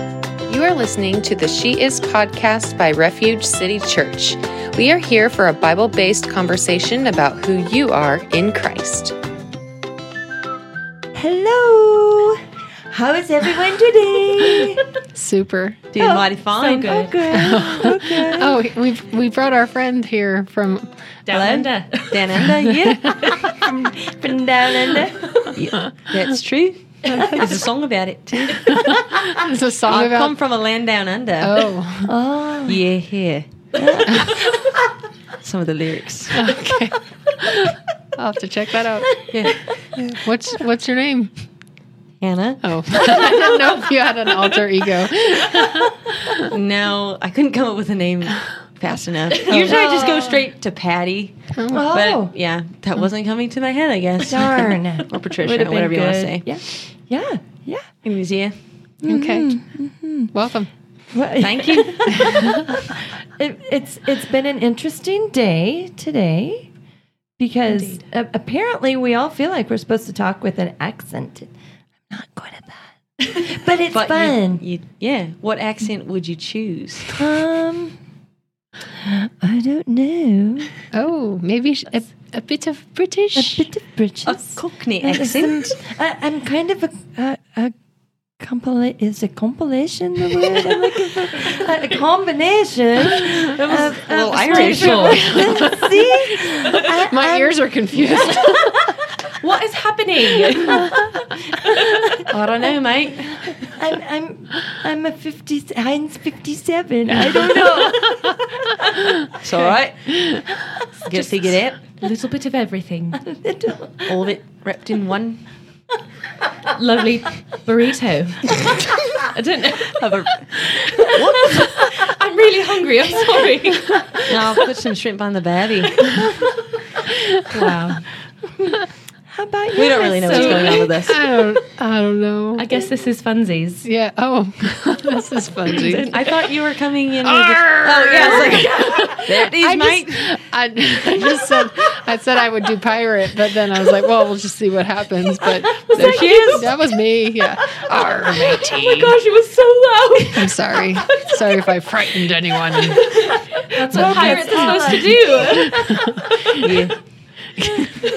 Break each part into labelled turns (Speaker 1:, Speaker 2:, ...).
Speaker 1: are listening to the She Is podcast by Refuge City Church. We are here for a Bible based conversation about who you are in Christ.
Speaker 2: Hello. How is everyone today?
Speaker 3: Super.
Speaker 4: Doing mighty fine.
Speaker 2: Oh,
Speaker 4: good.
Speaker 2: good. Okay.
Speaker 3: Oh, we we brought our friend here from.
Speaker 4: Down
Speaker 2: Hello?
Speaker 4: under.
Speaker 2: Down under, yeah. from, from down under. Yeah, that's true.
Speaker 4: There's a song about it. too.
Speaker 3: It's a song
Speaker 4: I
Speaker 3: about.
Speaker 4: come from a land down under.
Speaker 3: oh,
Speaker 2: Oh.
Speaker 4: Yeah, here. Some of the lyrics.
Speaker 3: okay. I'll have to check that out.
Speaker 4: Yeah.
Speaker 3: What's what's your name?
Speaker 4: Hannah.
Speaker 3: Oh, I didn't know if you had an alter ego. Oh,
Speaker 4: No, I couldn't come up with a name fast enough. Usually I just go straight to Patty.
Speaker 3: Oh,
Speaker 2: Oh,
Speaker 4: But yeah, that wasn't coming to my head, I guess.
Speaker 2: darn.
Speaker 4: Or Patricia,
Speaker 2: Would've been
Speaker 4: whatever you want to
Speaker 2: good.
Speaker 4: say.
Speaker 2: Yeah. Yeah. Yeah.
Speaker 4: Yeah.
Speaker 3: okay. Welcome.
Speaker 2: Well,
Speaker 4: Thank you.
Speaker 2: it, it's it's been an interesting day today because
Speaker 4: Indeed.
Speaker 2: a- apparently we all feel like we're supposed to talk with an accent. I'm not good at that, but it's
Speaker 4: But you-
Speaker 2: fun.
Speaker 4: you- yeah. What accent would you choose?
Speaker 2: um, I don't know
Speaker 3: Oh, maybe sh- a, a bit of
Speaker 2: a
Speaker 3: British.
Speaker 2: bit of British
Speaker 4: A Cockney accent.
Speaker 2: I, I'm uh, kind of a a, a compila- is a compilation the word I'm looking for? A, a combination of, of
Speaker 4: little Irish.
Speaker 2: different- See, I-
Speaker 3: My
Speaker 4: Um,
Speaker 2: I'm-
Speaker 3: ears are confused.
Speaker 4: what is happening? I don't know, mate.
Speaker 2: I'm I'm I'm a fifty Heinz fifty seven. I don't know.
Speaker 4: It's all right. Get figured out.
Speaker 5: A little bit of everything.
Speaker 4: All of it wrapped in one.
Speaker 5: Lovely burrito. I don't know.
Speaker 4: Of a,
Speaker 5: I'm really hungry. I'm sorry.
Speaker 4: no, I'll put some shrimp on the baby.
Speaker 5: Wow.
Speaker 2: How about you?
Speaker 4: We don't really know what's
Speaker 2: Miss
Speaker 4: going on with this.
Speaker 3: I don't. I don't know.
Speaker 5: I guess this is funsies.
Speaker 3: yeah. Oh, this is funny.
Speaker 4: I thought you were coming in. With oh yeah, it's like, there it is,
Speaker 3: I
Speaker 4: mate.
Speaker 3: just, I, I just said I said I would do pirate, but then I was like, well, we'll just see what happens. But
Speaker 4: there she is.
Speaker 3: that was me. Yeah. Arr,
Speaker 4: "Oh
Speaker 3: matey.
Speaker 5: Gosh, it was so loud.
Speaker 3: I'm sorry. Sorry if I frightened anyone.
Speaker 5: That's what pirates are supposed to do.
Speaker 4: Yeah.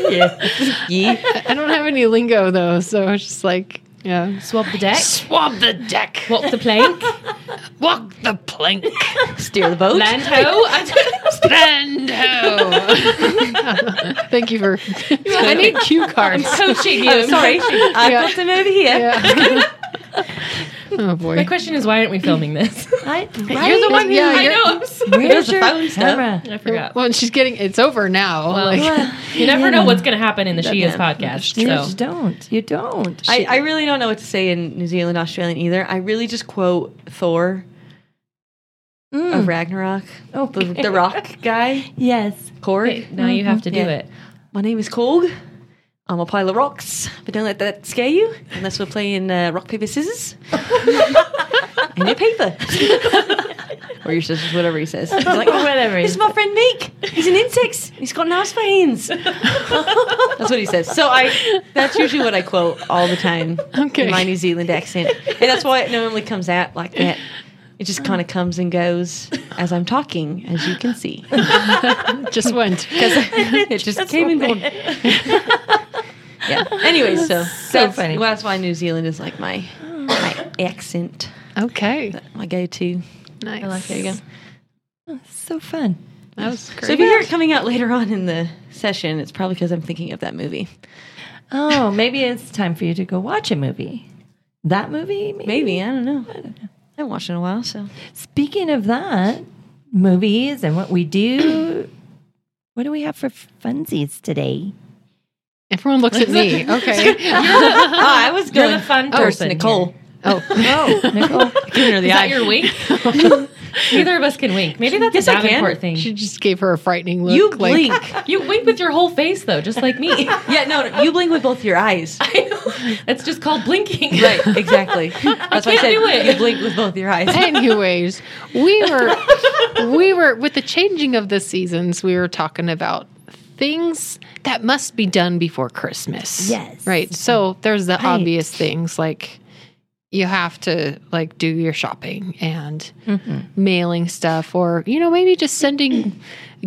Speaker 4: yeah. Yeah.
Speaker 3: I don't have any lingo though, so it's just like, yeah.
Speaker 5: Swab the deck,
Speaker 3: Swab the deck.
Speaker 5: walk the plank,
Speaker 3: Walk the plank.
Speaker 4: Steer the boat.
Speaker 5: land ho. I don't-
Speaker 3: Stand Thank you for. I need cue cards.
Speaker 5: Coaching you.
Speaker 4: Sorry, I've
Speaker 3: Yeah.
Speaker 4: got them over here.
Speaker 3: Yeah. oh
Speaker 5: My
Speaker 3: boy.
Speaker 5: question is, why aren't we filming this?
Speaker 2: I,
Speaker 3: You're the one who- Yeah,
Speaker 5: I
Speaker 3: you're-
Speaker 5: know. I'm sorry.
Speaker 2: Where's
Speaker 4: the
Speaker 2: your
Speaker 4: phone stuff?
Speaker 2: camera?
Speaker 5: I forgot.
Speaker 3: Well, and she's getting. It's over now.
Speaker 5: Well,
Speaker 3: like,
Speaker 5: You never know what's going to happen in the She Is podcast.
Speaker 2: You just
Speaker 5: So
Speaker 2: don't. You don't.
Speaker 4: I, I really don't know what to say in New Zealand, Australian either. I really just quote Thor of Ragnarok,
Speaker 5: Oh.
Speaker 4: the,
Speaker 2: Okay.
Speaker 4: the rock guy,
Speaker 2: yes.
Speaker 4: Korg.
Speaker 5: now you have to do
Speaker 4: Yeah.
Speaker 5: it.
Speaker 4: My name is Korg. I'm a pile of rocks, but don't let that scare you. Unless we're playing uh, rock, paper, scissors. and your paper. or your scissors, whatever he says. He's like, oh,
Speaker 5: Whatever. it
Speaker 4: this
Speaker 5: is.
Speaker 4: is my friend Meek. He's an insect. He's got nice for hands. that's what he says. So I, that's usually what I quote all the time
Speaker 3: Okay.
Speaker 4: in my New Zealand accent. And that's why it normally comes out like that. It just kind of comes and goes as I'm talking, as you can see.
Speaker 3: just went.
Speaker 4: it just came and gone. yeah. Anyways, so that's,
Speaker 2: funny.
Speaker 4: Well, that's why New Zealand is like my my accent,
Speaker 3: Okay.
Speaker 4: my go-to.
Speaker 3: Nice.
Speaker 4: There you go.
Speaker 2: So fun.
Speaker 3: That was great.
Speaker 4: So if you hear it coming out later on in the session, it's probably because I'm thinking of that movie.
Speaker 2: Oh, maybe it's time for you to go watch a movie. That movie, maybe.
Speaker 4: Maybe I don't know. I haven't watched it in a while, so
Speaker 2: Speaking of that, movies and what we do. what do we have for funsies today?
Speaker 3: Everyone looks at me. Okay.
Speaker 4: Oh, I was
Speaker 5: You're
Speaker 4: going
Speaker 5: the fun
Speaker 4: first,
Speaker 5: person.
Speaker 4: Nicole.
Speaker 3: Oh,
Speaker 2: Oh, Nicole.
Speaker 4: Giving her the
Speaker 5: Is
Speaker 4: eye.
Speaker 5: that your wink? Neither of us can wink. Maybe that's
Speaker 4: Yes,
Speaker 5: a
Speaker 4: I can.
Speaker 5: Davenport thing.
Speaker 3: she just gave her a frightening look.
Speaker 4: you
Speaker 3: like,
Speaker 4: blink.
Speaker 5: You wink with your whole face though, just like me.
Speaker 4: yeah, no, no, you blink with both your eyes.
Speaker 5: That's just called blinking.
Speaker 4: Right, exactly. That's why I
Speaker 5: can't
Speaker 4: said
Speaker 5: do it.
Speaker 4: you blink with both your eyes.
Speaker 3: Anyways, we were we were with the changing of the seasons. We were talking about things that must be done before Christmas.
Speaker 2: Yes.
Speaker 3: Right. So there's the obvious things like you have to like do your shopping and
Speaker 2: Mm-hmm.
Speaker 3: mailing stuff or you know maybe just sending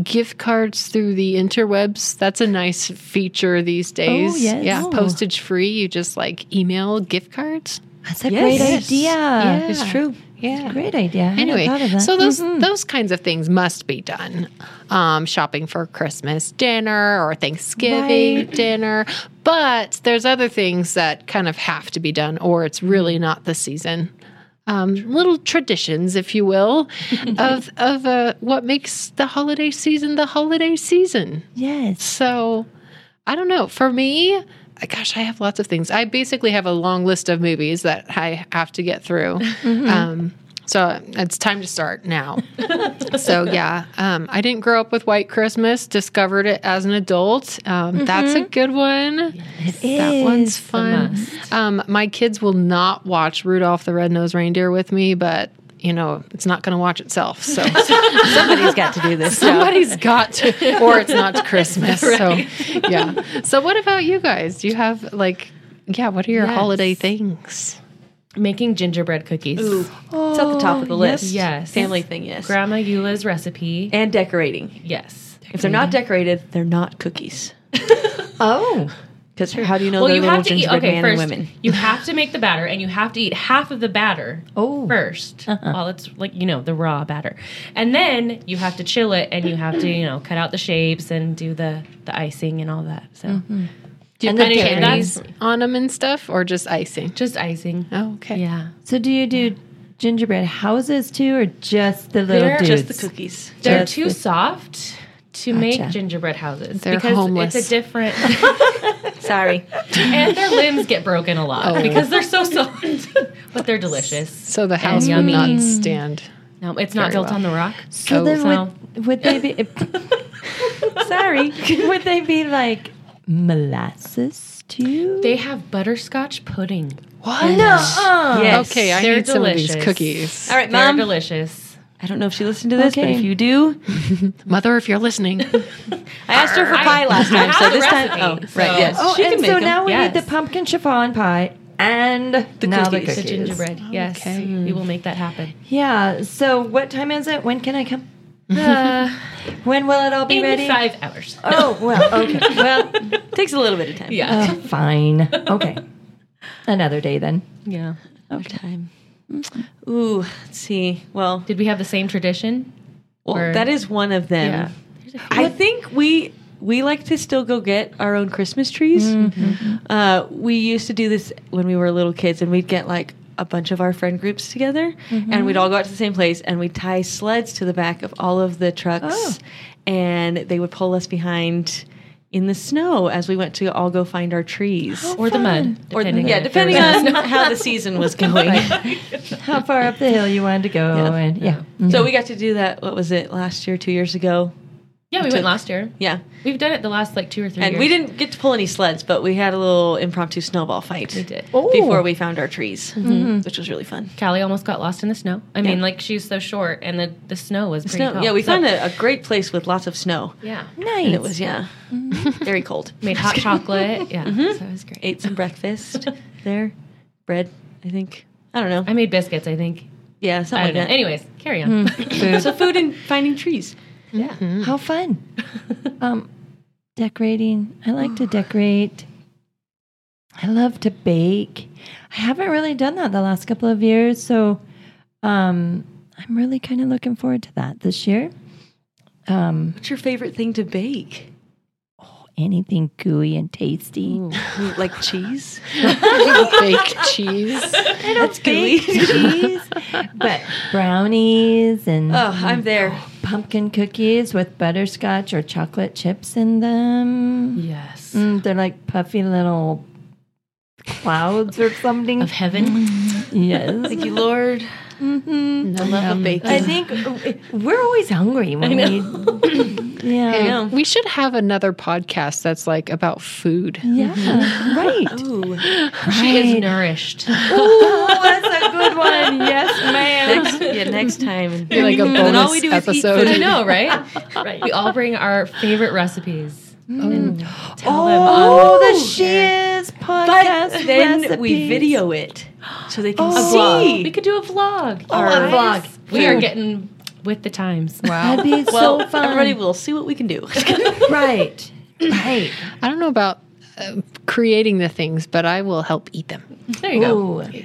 Speaker 3: gift cards through the interwebs that's a nice feature these days
Speaker 2: yes.
Speaker 3: yeah
Speaker 2: Oh.
Speaker 3: postage free you just like email gift cards
Speaker 2: That's a
Speaker 4: Yes.
Speaker 2: great idea.
Speaker 3: Yeah.
Speaker 4: It's true.
Speaker 3: yeah
Speaker 2: Great idea. I hadn't thought of
Speaker 3: anyway
Speaker 2: that. Mm-hmm.
Speaker 3: so those those kinds of things must be done um, shopping for christmas dinner or thanksgiving dinner but there's other things that kind of have to be done or it's really not the season um, little traditions if you will of of uh, what makes the holiday season the holiday season
Speaker 2: yes.
Speaker 3: so I don't know. For me, gosh, I have lots of things. I basically have a long list of movies that I have to get through. Um, so it's time to start now. so yeah, um, I didn't grow up with White Christmas. Discovered it as an adult. Um, That's a good one. That one's fun. Um, my kids will not watch Rudolph the Red-Nosed Reindeer with me, but you know it's not going to watch itself. So
Speaker 4: Somebody's got to do this.
Speaker 3: somebody's got to or it's not christmas so yeah so what about you guys do you have like yeah what are your
Speaker 5: Yes.
Speaker 3: holiday things
Speaker 5: Making gingerbread cookies.
Speaker 4: it's at the top of the list.
Speaker 5: Yes.
Speaker 4: Family thing, yes.
Speaker 5: Grandma Eula's recipe.
Speaker 4: and decorating.
Speaker 5: yes.
Speaker 4: If they're not
Speaker 5: Mm-hmm.
Speaker 4: decorated, they're not cookies.
Speaker 2: Oh,
Speaker 4: Because how do you know
Speaker 5: well,
Speaker 4: they're
Speaker 5: you
Speaker 4: little
Speaker 5: have to eat.
Speaker 4: gingerbread
Speaker 5: Okay,
Speaker 4: man and
Speaker 5: first
Speaker 4: women?
Speaker 5: you have to make the batter, and you have to eat half of the batter
Speaker 2: Oh.
Speaker 5: first. While it's like you know the raw batter, and then you have to chill it, and you have to you know cut out the shapes and do the the icing and all that. So
Speaker 3: do you
Speaker 5: And
Speaker 3: put
Speaker 5: then
Speaker 3: candies
Speaker 5: cherries.
Speaker 3: on them and stuff or just icing
Speaker 5: just icing.
Speaker 3: oh okay
Speaker 5: Yeah,
Speaker 2: so do you do gingerbread houses too, or just the little
Speaker 5: They're
Speaker 2: dudes?
Speaker 5: just
Speaker 4: The cookies.
Speaker 5: they're
Speaker 2: Just
Speaker 5: too
Speaker 2: the-
Speaker 5: soft to make
Speaker 2: Gotcha.
Speaker 5: gingerbread houses
Speaker 3: They're
Speaker 5: because
Speaker 3: homeless.
Speaker 5: it's a different
Speaker 4: Sorry.
Speaker 5: and their limbs get broken a lot because they're so soft, but they're delicious.
Speaker 3: so the house would
Speaker 5: yummy.
Speaker 3: not stand
Speaker 5: No, it's not
Speaker 3: Very
Speaker 5: built
Speaker 3: well.
Speaker 5: on the rock.
Speaker 2: So then would, would they be? sorry, would they be like molasses too?
Speaker 5: They have butterscotch pudding.
Speaker 3: what
Speaker 4: Yes.
Speaker 3: okay i
Speaker 5: They're
Speaker 3: need some of
Speaker 5: delicious.
Speaker 3: these cookies
Speaker 4: All right,
Speaker 5: They're
Speaker 4: Mom.
Speaker 5: delicious.
Speaker 4: I don't know if she listened to this, but
Speaker 2: Okay.
Speaker 4: if you do,
Speaker 3: mother if you're listening
Speaker 4: I asked her for
Speaker 5: I-
Speaker 4: pie last
Speaker 5: I
Speaker 4: time,
Speaker 5: have
Speaker 4: so
Speaker 5: the
Speaker 4: this time.
Speaker 5: recipe,
Speaker 4: Oh,
Speaker 5: so-
Speaker 4: right. Yes.
Speaker 2: oh,
Speaker 4: she can
Speaker 2: and
Speaker 4: make
Speaker 2: so
Speaker 4: them.
Speaker 2: now we need
Speaker 5: yes.
Speaker 2: the pumpkin chiffon pie and now the
Speaker 4: cookies.
Speaker 2: cookies.
Speaker 4: The
Speaker 5: The gingerbread. Yes.
Speaker 3: Okay.
Speaker 5: We will make that happen.
Speaker 2: Yeah. So what time is it? When can I come?
Speaker 5: Uh,
Speaker 2: When will it all be
Speaker 5: in
Speaker 2: ready?
Speaker 5: five hours.
Speaker 2: Oh well. Okay. well,
Speaker 4: Takes a little bit of time.
Speaker 5: Yeah.
Speaker 2: uh, fine. Okay. Another day then.
Speaker 5: yeah.
Speaker 4: Okay. Time. Ooh, let's see. Well,
Speaker 5: Did we have the same tradition?
Speaker 4: well
Speaker 5: Or-
Speaker 4: that is one of them. I think we we like to still go get our own Christmas trees.
Speaker 5: Mm-hmm.
Speaker 4: Uh, we used to do this when we were little kids, and we'd get like a bunch of our friend groups together,
Speaker 5: Mm-hmm.
Speaker 4: and we'd all go out to the same place, and we'd tie sleds to the back of all of the trucks,
Speaker 2: Oh.
Speaker 4: and they would pull us behind in the snow as we went to all go find our trees.
Speaker 5: Or the mud.
Speaker 4: Or,
Speaker 5: depending
Speaker 4: yeah,
Speaker 5: on if
Speaker 4: depending
Speaker 5: there was-
Speaker 4: on how the season was going.
Speaker 2: How far up the hill you wanted to go?
Speaker 4: Yeah.
Speaker 2: And yeah.
Speaker 5: Mm-hmm.
Speaker 4: So we got to do that. What was it last year? Two years ago?
Speaker 5: Yeah, we went last year.
Speaker 4: Yeah.
Speaker 5: We've done it the last like two or three
Speaker 4: And
Speaker 5: years.
Speaker 4: we didn't get to pull any sleds, but we had a little impromptu snowball fight. We
Speaker 5: did. Mm-hmm.
Speaker 2: Oh.
Speaker 4: Before we found our trees, which was really fun.
Speaker 5: Callie almost got lost in the snow. I mean, like she was so short, and the, the snow was pretty
Speaker 4: Snow.
Speaker 5: cold.
Speaker 4: Yeah, we
Speaker 5: So-
Speaker 4: found a, a great place with lots of snow.
Speaker 5: yeah
Speaker 2: Nice.
Speaker 4: And it was, yeah,
Speaker 5: Mm-hmm.
Speaker 4: very cold.
Speaker 5: made hot chocolate. Yeah, so it was great.
Speaker 4: Ate some breakfast there, bread, I think. I don't know.
Speaker 5: I made biscuits. I think.
Speaker 4: Yeah,
Speaker 5: I
Speaker 4: something
Speaker 5: don't know.
Speaker 4: like that.
Speaker 5: Anyways, carry on.
Speaker 4: So food and finding trees.
Speaker 5: Yeah.
Speaker 2: How fun. um, decorating. I like to decorate. I love to bake. I haven't really done that the last couple of years, so um, I'm really kind of looking forward to that this year. Um,
Speaker 4: What's your favorite thing to bake?
Speaker 2: anything gooey and tasty.
Speaker 4: You Like cheese?
Speaker 3: baked cheese
Speaker 2: I don't
Speaker 4: gooey.
Speaker 2: bake cheese, but brownies and
Speaker 4: Oh, I'm there.
Speaker 2: pumpkin cookies with butterscotch or chocolate chips in them.
Speaker 5: Yes.
Speaker 2: Mm, they're like puffy little clouds or something.
Speaker 5: Of heaven.
Speaker 2: yes.
Speaker 4: Thank you, Lord.
Speaker 5: Mm-hmm.
Speaker 4: I love
Speaker 5: Um,
Speaker 4: a baking.
Speaker 2: I think we're always hungry when we. Yeah.
Speaker 4: know.
Speaker 3: we should have another podcast that's like about food
Speaker 2: Yeah. Right.
Speaker 4: Ooh.
Speaker 5: She is nourished.
Speaker 2: Ooh, Oh, that's a good one. Yes, ma'am.
Speaker 4: next, yeah, next time.
Speaker 3: Be like a bonus
Speaker 4: then all we do is eat
Speaker 3: episode
Speaker 5: I know, right? right. We all bring our favorite recipes. And tell them.
Speaker 2: Oh, the She Is podcast.
Speaker 4: But then we
Speaker 2: recipes.
Speaker 4: video it. so they can
Speaker 2: Oh.
Speaker 4: see.
Speaker 5: We could do a vlog.
Speaker 4: Oh, a
Speaker 5: guys.
Speaker 4: vlog.
Speaker 5: We are
Speaker 4: Food.
Speaker 5: getting with the times.
Speaker 2: That'd be so fun.
Speaker 4: Everybody will see what we can do.
Speaker 2: right. Right.
Speaker 3: I don't know about uh, creating the things, but I will help eat them.
Speaker 5: There you go.
Speaker 2: Ooh.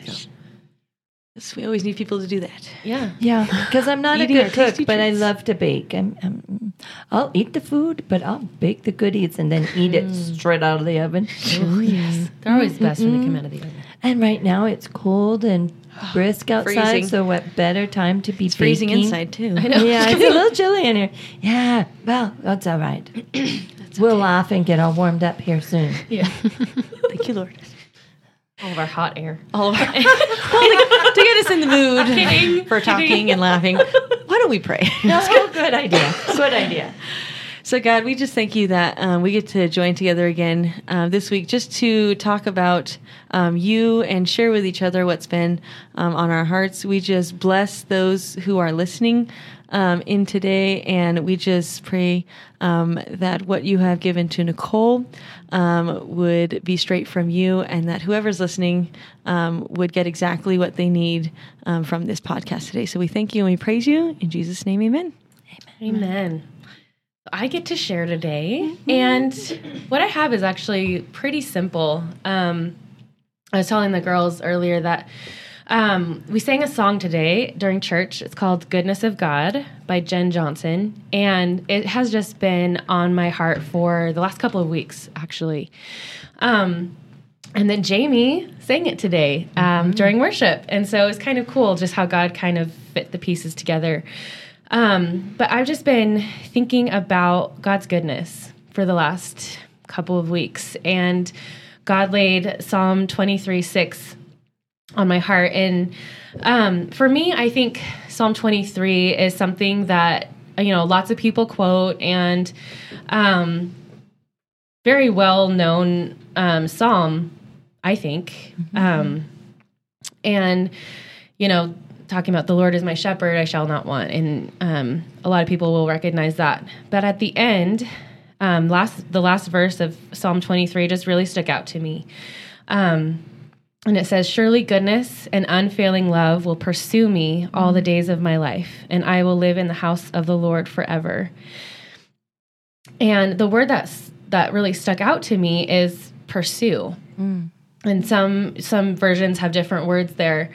Speaker 4: Yes, we always need people to do that.
Speaker 5: Yeah.
Speaker 2: Yeah, because I'm not a
Speaker 4: Eating
Speaker 2: good
Speaker 4: our
Speaker 2: cook,
Speaker 4: tasty
Speaker 2: but I
Speaker 4: treats.
Speaker 2: love to bake. I'm, I'm, I'll eat the food, but I'll bake the goodies and then eat it straight out of the oven.
Speaker 5: Oh, yes. They're always best when they come out of the oven.
Speaker 2: And right now it's cold and brisk outside,
Speaker 4: Freezing.
Speaker 2: so what better time to be
Speaker 4: It's freezing
Speaker 2: baking?
Speaker 4: inside too. I
Speaker 2: Yeah, it's a little chilly in here. Yeah, well, that's all right. we'll laugh and get all warmed up here soon.
Speaker 5: Yeah.
Speaker 4: Thank you, Lord.
Speaker 5: All of our hot air.
Speaker 4: All of our to get us in the mood
Speaker 5: Kidding.
Speaker 4: for talking and laughing. Why don't we pray?
Speaker 2: oh, good idea. Good idea.
Speaker 4: So, God, we just thank you that um, we get to join together again uh, this week just to talk about um, you and share with each other what's been um, on our hearts. We just bless those who are listening um, in today, and we just pray um, that what you have given to Nicole um, would be straight from you, and that whoever's listening um, would get exactly what they need um, from this podcast today. So, we thank you and we praise you. In Jesus' name, amen.
Speaker 5: Amen. I get to share today. And what I have is actually pretty simple. Um, I was telling the girls earlier that um, we sang a song today during church. It's called Goodness of God by Jen Johnson. And it has just been on my heart for the last couple of weeks, actually. Um, and then Jamie sang it today um, during worship. And so it was kind of cool just how God kind of fit the pieces together. Um, but I've just been thinking about God's goodness for the last couple of weeks. And God laid Psalm 23 6 on my heart. And um, for me, I think Psalm 23 is something that, you know, lots of people quote and um, very well known um, psalm, I think. Um, and, you know, talking about the Lord is my shepherd, I shall not want. And um, a lot of people will recognize that. But at the end, um, last the last verse of Psalm 23 just really stuck out to me. Um, and it says, Surely goodness and unfailing love will pursue me all the days of my life, and I will live in the house of the Lord forever. And the word that's that really stuck out to me is pursue. And some some versions have different words there.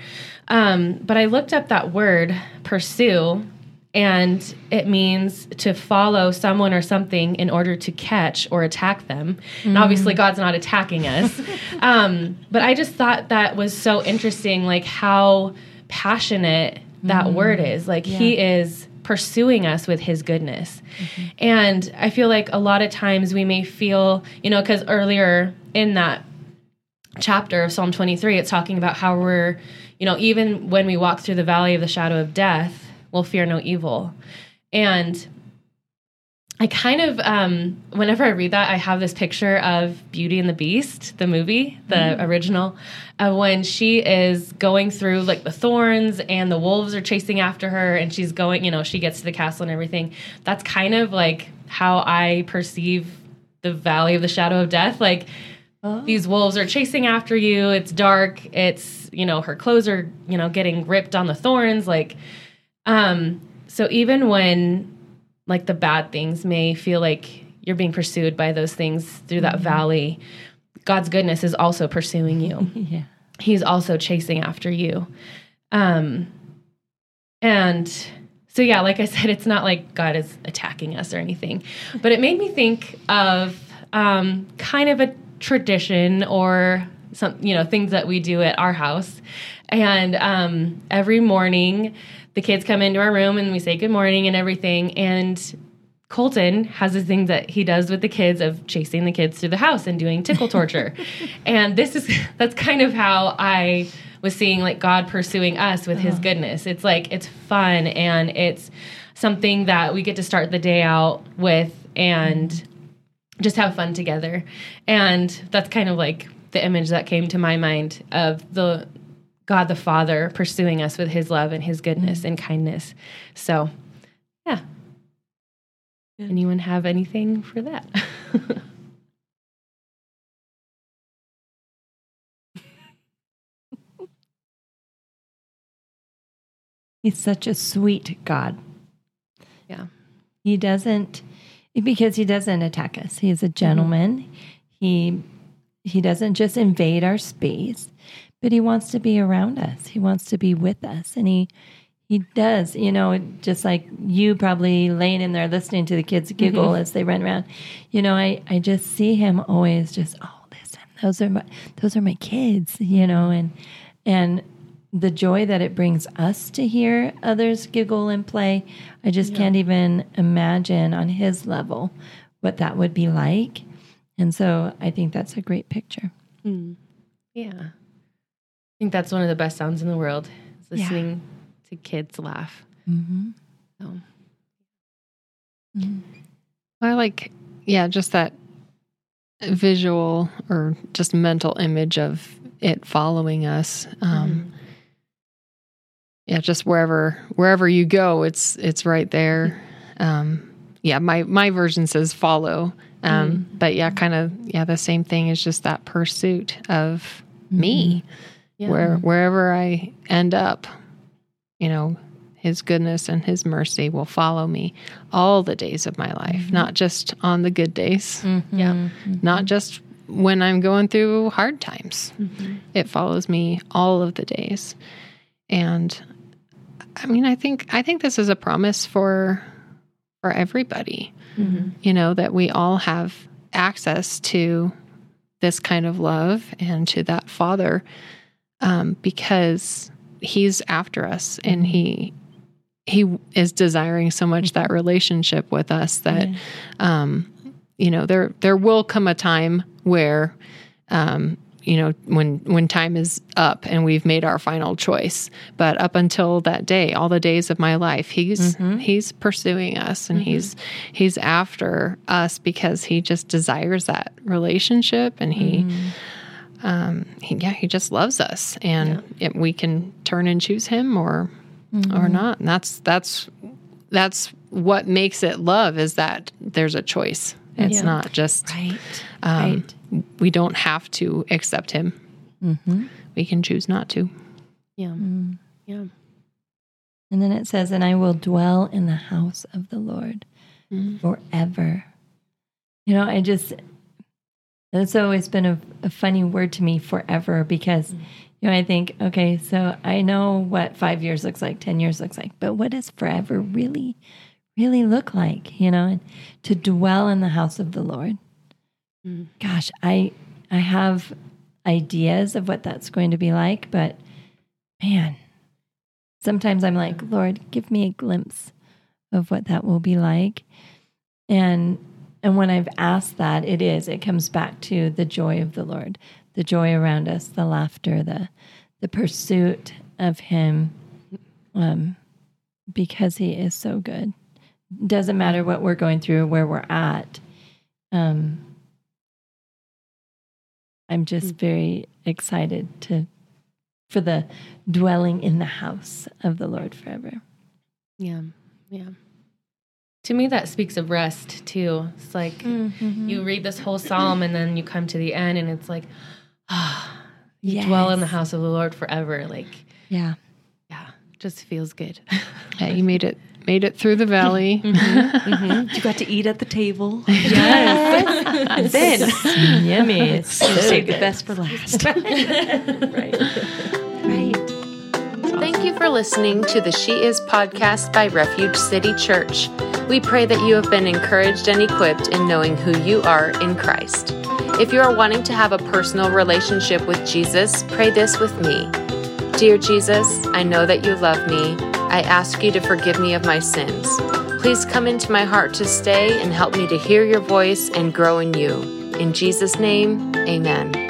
Speaker 5: Um, but I looked up that word pursue and it means to follow someone or something in order to catch or attack them. And obviously God's not attacking us. um, but I just thought that was so interesting like how passionate that word is. Like he is pursuing us with his goodness. And I feel like a lot of times we may feel, you know, because earlier in that chapter of Psalm 23, it's talking about how we're, you know, even when we walk through the valley of the shadow of death, we'll fear no evil. And I kind of, um, whenever I read that, I have this picture of Beauty and the Beast, the movie, the original, uh, when she is going through like the thorns and the wolves are chasing after her and she's going, you know, she gets to the castle and everything. That's kind of like how I perceive the Valley of the Shadow of Death. Like, these wolves are chasing after you. It's dark. It's, you know, her clothes are, you know, getting ripped on the thorns. Like, um, so even when like the bad things may feel like you're being pursued by those things through that valley, God's goodness is also pursuing you.
Speaker 2: Yeah.
Speaker 5: He's also chasing after you. Um, and so, yeah, like I said, it's not like God is attacking us or anything, but it made me think of um, kind of a tradition or some, you know, things that we do at our house. And um, every morning, the kids come into our room and we say good morning and everything. And Colton has this thing that he does with the kids of chasing the kids through the house and doing tickle torture. and this is that's kind of how I was seeing like God pursuing us with his goodness. It's like it's fun and it's something that we get to start the day out with and just have fun together. And that's kind of like the image that came to my mind of the God the Father pursuing us with his love and his goodness and kindness. So, yeah. Anyone have anything for that?
Speaker 2: He's such a sweet God.
Speaker 5: Yeah.
Speaker 2: He doesn't because he doesn't attack us. He is a gentleman. He he doesn't just invade our space, but he wants to be around us. He wants to be with us. And he he does, you know, just like you probably laying in there listening to the kids giggle as they run around. You know, I, I just see him always just, oh, listen, those are my those are my kids, you know, and and the joy that it brings us to hear others giggle and play. I just can't even imagine on his level what that would be like. And so I think that's a great picture.
Speaker 5: Yeah. I think that's one of the best sounds in the world is listening to kids laugh.
Speaker 2: Mm-hmm.
Speaker 5: So,
Speaker 3: I like, yeah, just that visual or just mental image of it following us. Um, Yeah, just wherever wherever you go, it's it's right there. Um, yeah, my my version says follow, um, but yeah, kind of yeah, the same thing is just that pursuit of me,
Speaker 5: yeah.
Speaker 3: where wherever I end up, you know, his goodness and his mercy will follow me all the days of my life, not just on the good days,
Speaker 5: Yeah.
Speaker 3: not just when I'm going through hard times. It follows me all of the days. And I mean, I think I think this is a promise for for everybody. You know, that we all have access to this kind of love and to that father um, because he's after us and he he is desiring so much that relationship with us that um, you know there there will come a time where um, you know when when time is up and we've made our final choice but up until that day all the days of my life he's he's pursuing us and he's he's after us because he just desires that relationship and he um, he, yeah, he just loves us, and it, we can turn and choose him or or
Speaker 2: Mm-hmm.
Speaker 3: not. And that's that's that's what makes it love is that there's a choice. It's
Speaker 5: Yeah.
Speaker 3: not just
Speaker 2: Right.
Speaker 3: um,
Speaker 2: right.
Speaker 3: we don't have to accept him.
Speaker 2: Mm-hmm.
Speaker 3: We can choose not to.
Speaker 5: Yeah. Yeah.
Speaker 2: And then it says, And I will dwell in the house of the Lord forever. You know, I just, that's always been a, a funny word to me, forever, because, you know, I think, okay, so I know what five years looks like, 10 years looks like, but what does forever really, really look like? You know, and to dwell in the house of the Lord. Gosh, I, I have ideas of what that's going to be like, but man, sometimes I'm like, Lord, give me a glimpse of what that will be like. And and when I've asked that, it is, it comes back to the joy of the Lord, the joy around us, the laughter, the the pursuit of him. Um because he is so good. Doesn't matter what we're going through, where we're at. Um I'm just very excited to for the dwelling in the house of the Lord forever.
Speaker 5: Yeah. Yeah. To me, that speaks of rest too. It's like you read this whole psalm and then you come to the end and it's like, ah, you dwell in the
Speaker 2: Yes.
Speaker 5: house of the Lord forever. Like,
Speaker 2: Yeah.
Speaker 5: yeah, just feels good.
Speaker 3: Yeah, you made it made it through the valley.
Speaker 4: Mm-hmm. You got to eat at the table.
Speaker 2: Yes.
Speaker 4: Then
Speaker 2: Yummy. It's so
Speaker 4: save the
Speaker 2: good.
Speaker 4: best for last.
Speaker 2: Right.
Speaker 1: Thank you for listening to the She Is podcast by Refuge City Church. We pray that you have been encouraged and equipped in knowing who you are in Christ. If you are wanting to have a personal relationship with Jesus, pray this with me Dear Jesus, I know that you love me. I ask you to forgive me of my sins. Please come into my heart to stay and help me to hear your voice and grow in you. In Jesus' name, amen.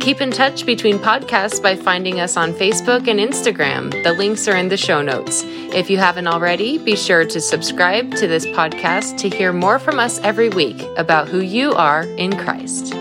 Speaker 1: Keep in touch between podcasts by finding us on Facebook and Instagram. The links are in the show notes. If you haven't already, be sure to subscribe to this podcast to hear more from us every week about who you are in Christ.